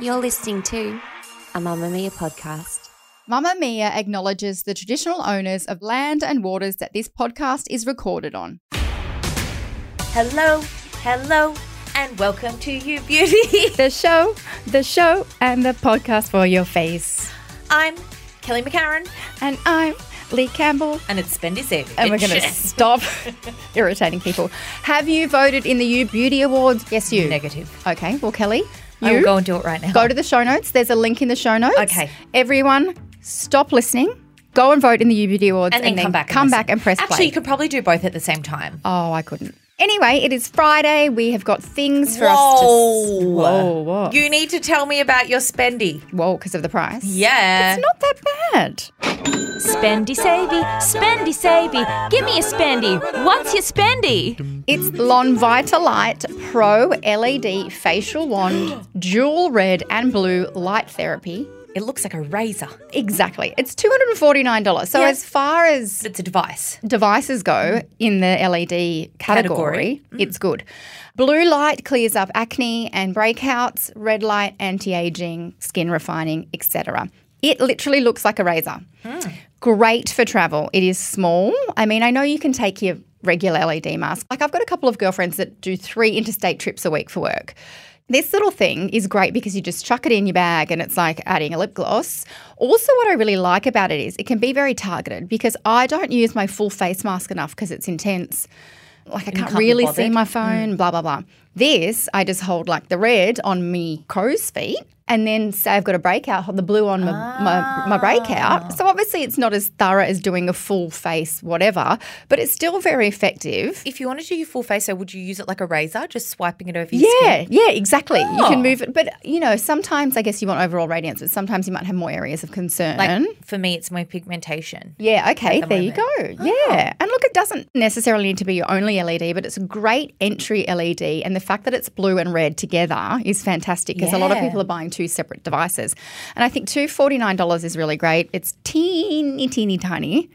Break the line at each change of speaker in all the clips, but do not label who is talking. You're listening to a Mamma Mia podcast.
Mamma Mia acknowledges the traditional owners of land and waters that this podcast is recorded on.
Hello, hello, and welcome to You Beauty.
the show, the show, and the podcast for your face.
I'm Kelly McCarran,
And I'm Lee Campbell.
and it's Spend Is Every.
And we're going to stop irritating people. Have you voted in the You Beauty Awards? Yes, you.
negative.
Okay, well, Kelly,
I will
you
go and do it right now.
go to the show notes. There's a link in the show notes.
Okay.
Everyone, stop listening. Go and vote in the You Beauty Awards
and then come back.
come
and
back
listen.
and press
Actually,
play.
you could probably do both at the same time.
Oh, I couldn't. Anyway, it is Friday. We have got things for us to.
Whoa.
Whoa, whoa.
You need to tell me about your spendy.
Whoa, because of the price.
Yeah.
It's not that bad.
Spendy savey, spendy savey, give me a spendy. What's your spendy?
It's Lonvitalite Pro LED facial wand, dual red and blue light therapy.
it looks like a razor.
Exactly. It's $249. So as far as
It's a device.
devices go in the LED category,
Category.
it's good. Blue light clears up acne and breakouts, red light anti-aging, skin refining, etc. It literally looks like a razor. Great for travel. It is small. I mean, I know you can take your regular LED mask. Like I've got a couple of girlfriends that do 3 interstate trips a week for work. This little thing is great because you just chuck it in your bag and it's like adding a lip gloss. Also, what I really like about it is it can be very targeted because I don't use my full face mask enough because it's intense. Like I can't,
can't be
really see
bothered. Mm.
my phone, blah, blah, blah. This, I just hold like the red on me crow's feet and then say I've got a breakout, hold the blue on my, my, my
Ah.
breakout. So obviously it's not as thorough as doing a full face whatever, but it's still very effective.
If you want to do your full face, so would you use it like a razor, just swiping it over your skin?
Yeah, yeah, exactly. You
Oh.
can move it. But, you know, sometimes I guess you want overall radiance, but sometimes you might have more areas of concern.
Like for me, it's my pigmentation.
Yeah, okay, there you go.
Oh.
Yeah. And look, it doesn't necessarily need to be your only LED, but it's a great entry LED. And the fact that it's blue and red together is fantastic because a lot of
Yeah.
people are buying two separate devices. And I think $249 is really great. It's teeny, teeny tiny.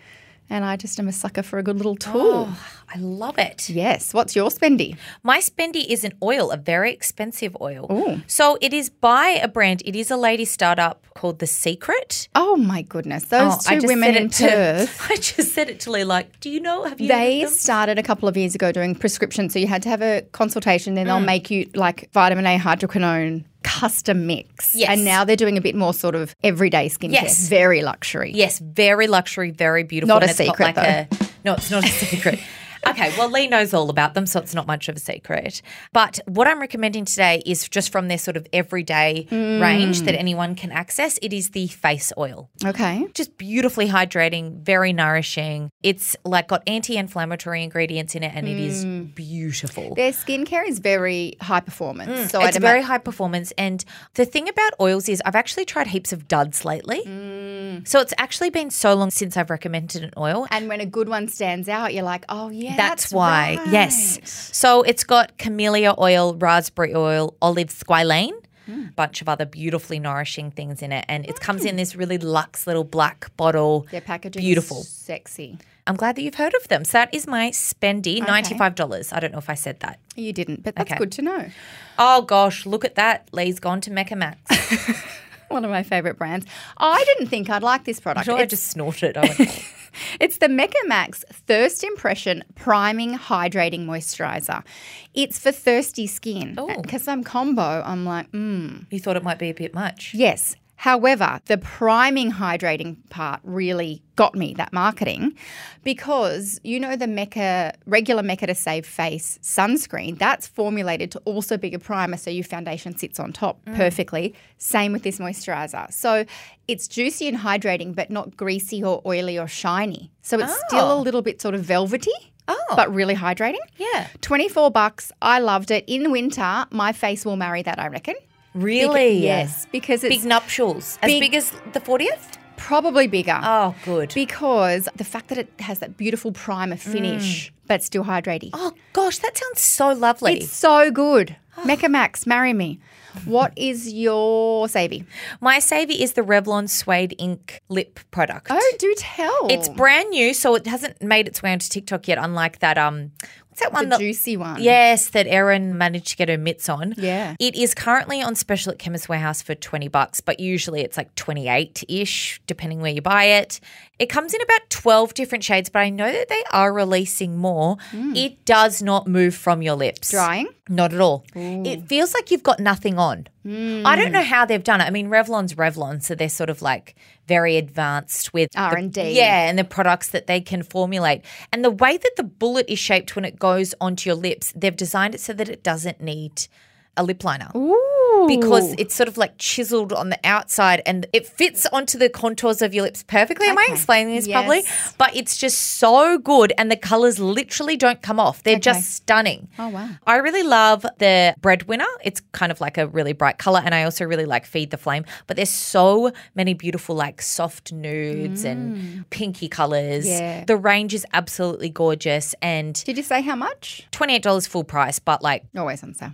And I just am a sucker for a good little tool.
I love it.
Yes. What's your spendy?
My Spendy is an oil, a very expensive oil. So it is by a brand. It is a lady startup called The Secret.
Oh my goodness. Those
I
two
just
women
said
in
it
Perth.
To, I just said it to Lee, like, do you know? Have you? heard
They
of them?
started a couple of years ago doing prescriptions. So you had to have a consultation, then
Mm.
they'll make you like vitamin A hydroquinone custom mix.
Yes.
And now they're doing a bit more sort of everyday skincare.
Yes.
Very luxury.
Yes, very luxury, very beautiful.
Not a
and it's got
secret,
like a No, it's not a secret. Okay, well, Lee knows all about them, so it's not much of a secret. But what I'm recommending today is just from their sort of everyday range that anyone can access. It is the face oil.
Okay.
just beautifully hydrating, very nourishing. It's like got anti-inflammatory ingredients in it, and it is beautiful.
Their skincare is very high performance. so
Mm. It's
I'd
very
very
high performance, and the thing about oils is I've actually tried heaps of duds lately.
Mm.
So it's actually been so long since I've recommended an oil.
and when a good one stands out, you're like, oh yeah.
That's, why, yes. So it's got camellia oil, raspberry oil, olive squalane, a
Mm.
bunch of other beautifully nourishing things in it, and it comes in this really luxe little black bottle.
Their packaging is
beautiful.
sexy.
I'm glad that you've heard of them. So that is my spendy, $95. I don't know if I said that.
You didn't, but that's
Okay.
good to know.
Oh gosh, look at that. Lee's gone to Mecca Max.
One of my favorite brands. I didn't think I'd like this product.
Sure, I
It's-
just snorted. I went,
It's the Mecha Max Thirst Impression Priming Hydrating Moisturizer. It's for thirsty skin. Because I'm combo, I'm like, mm.
you thought it might be a bit much.
Yes. However, the priming hydrating part really got me, that marketing, because you know the Mecca, regular Mecca to Save Face sunscreen, that's formulated to also be a primer so your foundation sits on top
Mm.
perfectly. Same with this moisturizer. So it's juicy and hydrating, but not greasy or oily or shiny. So it's still a little bit sort of velvety.
Oh.
but really hydrating.
Yeah.
24 bucks. I loved it. In winter, my face will marry that, I reckon.
Really?
Yes, because it's
Big nuptials. As
Big-
big as the 40th?
probably bigger.
Oh, good. Mm.
Because the fact that it has that beautiful primer finish, but still hydrating.
Oh, gosh, that sounds so lovely.
It's so good. Mecha Max, marry me. What is your savvy?
My savvy is the Revlon Suede Ink Lip product.
Oh, do tell.
It's brand new, so it hasn't made its way onto TikTok yet, unlike that um what's that one
the
that-
juicy one.
Yes, that Erin managed to get her mitts on.
Yeah.
It is currently on special at Chemist Warehouse for 20 bucks, but usually it's like 28-ish, depending where you buy it. It comes in about 12 different shades, but I know that they are releasing more.
Hmm.
It does not move from your lips.
Drying?
Not at all. It feels like you've got nothing on. I don't know how they've done it. I mean, Revlon's Revlon, so they're sort of like very advanced with the-
R&D.
yeah, and the products that they can formulate. And the way that the bullet is shaped when it goes onto your lips, they've designed it so that it doesn't need a lip liner. Because it's sort of like chiseled on the outside and it fits onto the contours of your lips perfectly. Am I explaining this properly?
Yes.
But it's just so good and the colors literally don't come off. They're just stunning.
Oh, wow.
I really love the breadwinner. It's kind of like a really bright color, and I also really like feed the flame. But there's so many beautiful, like soft nudes and pinky colors.
Mm. Yeah.
The range is absolutely gorgeous, and
Did you say how much?
twenty eight dollars full price. But like,
Always on sale.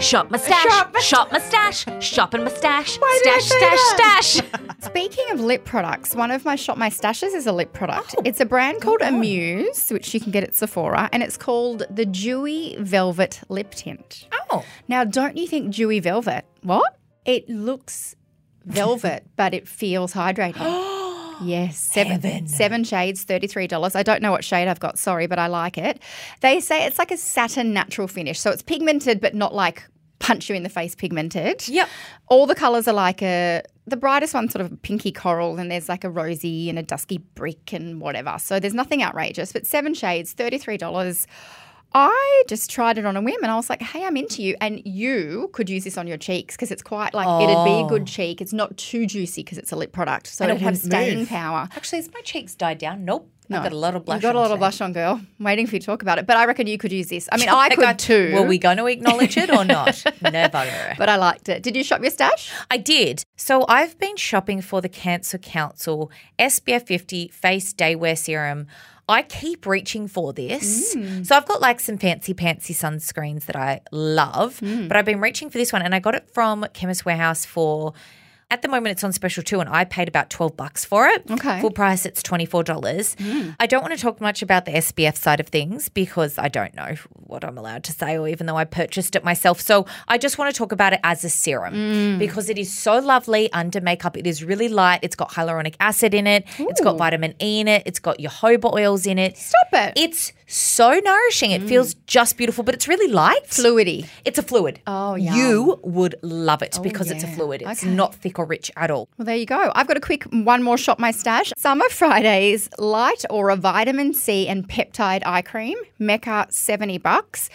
Shop mustache, shop, mustache, shop and mustache, stash, stash, stash.
Speaking of lip products, one of my shop my stashes is a lip product.
Oh,
it's a brand called Amuse, which you can get at Sephora, and it's called the Dewy Velvet Lip Tint.
oh,
Now, don't you think dewy velvet? What? It looks velvet, but it feels hydrating. yes, seven seven shades, thirty three dollars. I don't know what shade I've got. Sorry, but I like it. They say it's like a satin natural finish, so it's pigmented, but not like punch you in the face pigmented.
Yep.
All the colors are like a the brightest one's sort of pinky coral, and there's like a rosy and a dusky brick and whatever. So there's nothing outrageous, but seven shades, thirty three dollars. I just tried it on a whim and I was like, hey, I'm into you. And you could use this on your cheeks because it's quite like, it'd be a good cheek. It's not too juicy because it's a lip product. So it'd have staying power.
actually, has my cheeks died down? Nope. I've got a lot of blush.
You got a
on
lot of
today.
blush on, girl. I'm waiting for you to talk about it. But I reckon you could use this. I mean, I
Like,
could too.
Were we going to acknowledge it or not? Never.
But I liked it. Did you shop your stash?
I did. So I've been shopping for the Cancer Council SPF 50 Face Daywear Serum. I keep reaching for this. So I've got like some fancy pantsy sunscreens that I love, but I've been reaching for this one and I got it from Chemist Warehouse for at the moment it's on special too and I paid about 12 bucks for it.
Okay.
Full price it's $24.
Hmm.
I don't want to talk much about the SPF side of things because I don't know what I'm allowed to say or even though I purchased it myself. So I just want to talk about it as a serum
Hmm.
because it is so lovely under makeup. It is really light. It's got hyaluronic acid in it. It's got vitamin E in it. It's got jojoba oils in it.
Stop it. Hmm.
It's so nourishing. It feels just beautiful, but it's really light.
Fluidy.
It's a fluid. Oh, yeah. You would love it because it's a
Oh, yeah.
fluid. It's
Okay.
not thick or rich at all.
Well, there you go. I've got a quick one more shop my stash. Summer Fridays light or a vitamin C and peptide eye cream, Mecca 70 bucks.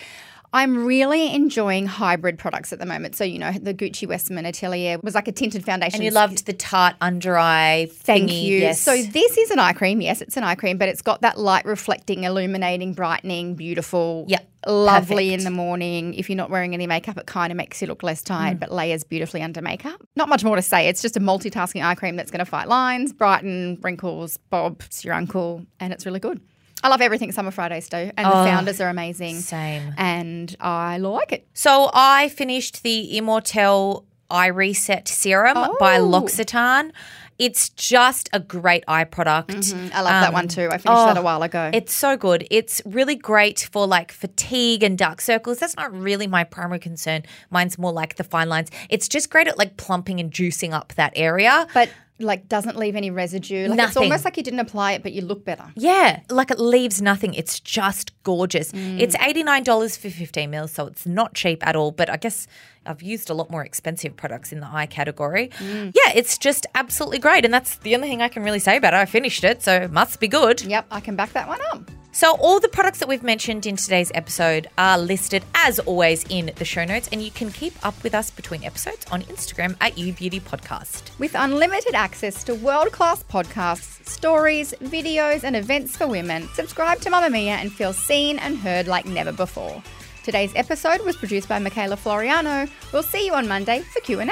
I'm really enjoying hybrid products at the moment. So, you know, the Gucci Westman Atelier was like a tinted foundation.
And you loved the tart under eye.
Thank
thingy.
you.
Yes.
So this is an eye cream. Yes, it's an eye cream, but it's got that light reflecting, illuminating, brightening, beautiful.
Yep.
Lovely
Perfect.
in the morning. If you're not wearing any makeup, it kind of makes you look less
Mm.
tired, but layers beautifully under makeup. Not much more to say. It's just a multitasking eye cream that's going to fight lines, brighten, wrinkles, bobs, your uncle, and it's really good. I love everything Summer Fridays do, and the founders are amazing.
Oh, same.
And I like it.
So
Oh.
I finished the Immortel Eye Reset Serum by L'Occitane. It's just a great eye product.
Mm-hmm. I love that
Um,
one too. I finished
oh,
that a while ago.
It's so good. It's really great for like fatigue and dark circles. That's not really my primary concern. Mine's more like the fine lines. It's just great at like plumping and juicing up that area.
but like doesn't leave any residue. Like it's
Nothing.
almost like you didn't apply it, but you look better.
Yeah, like it leaves nothing. It's just gorgeous. It's $89 for 15 mils, so it's not cheap at all. But I guess I've used a lot more expensive products in the eye category. Yeah, it's just absolutely great. And that's the only thing I can really say about it. I finished it, so it must be good.
Yep, I can back that one up.
So, all the products that we've mentioned in today's episode are listed as always in the show notes, and you can keep up with us between episodes on Instagram at YouBeautyPodcast.
With unlimited access to world class podcasts, stories, videos, and events for women, subscribe to Mamma Mia and feel seen and heard like never before. Today's episode was produced by Michaela Floriano. We'll see you on Monday for Q&A.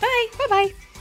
Bye. Bye-bye.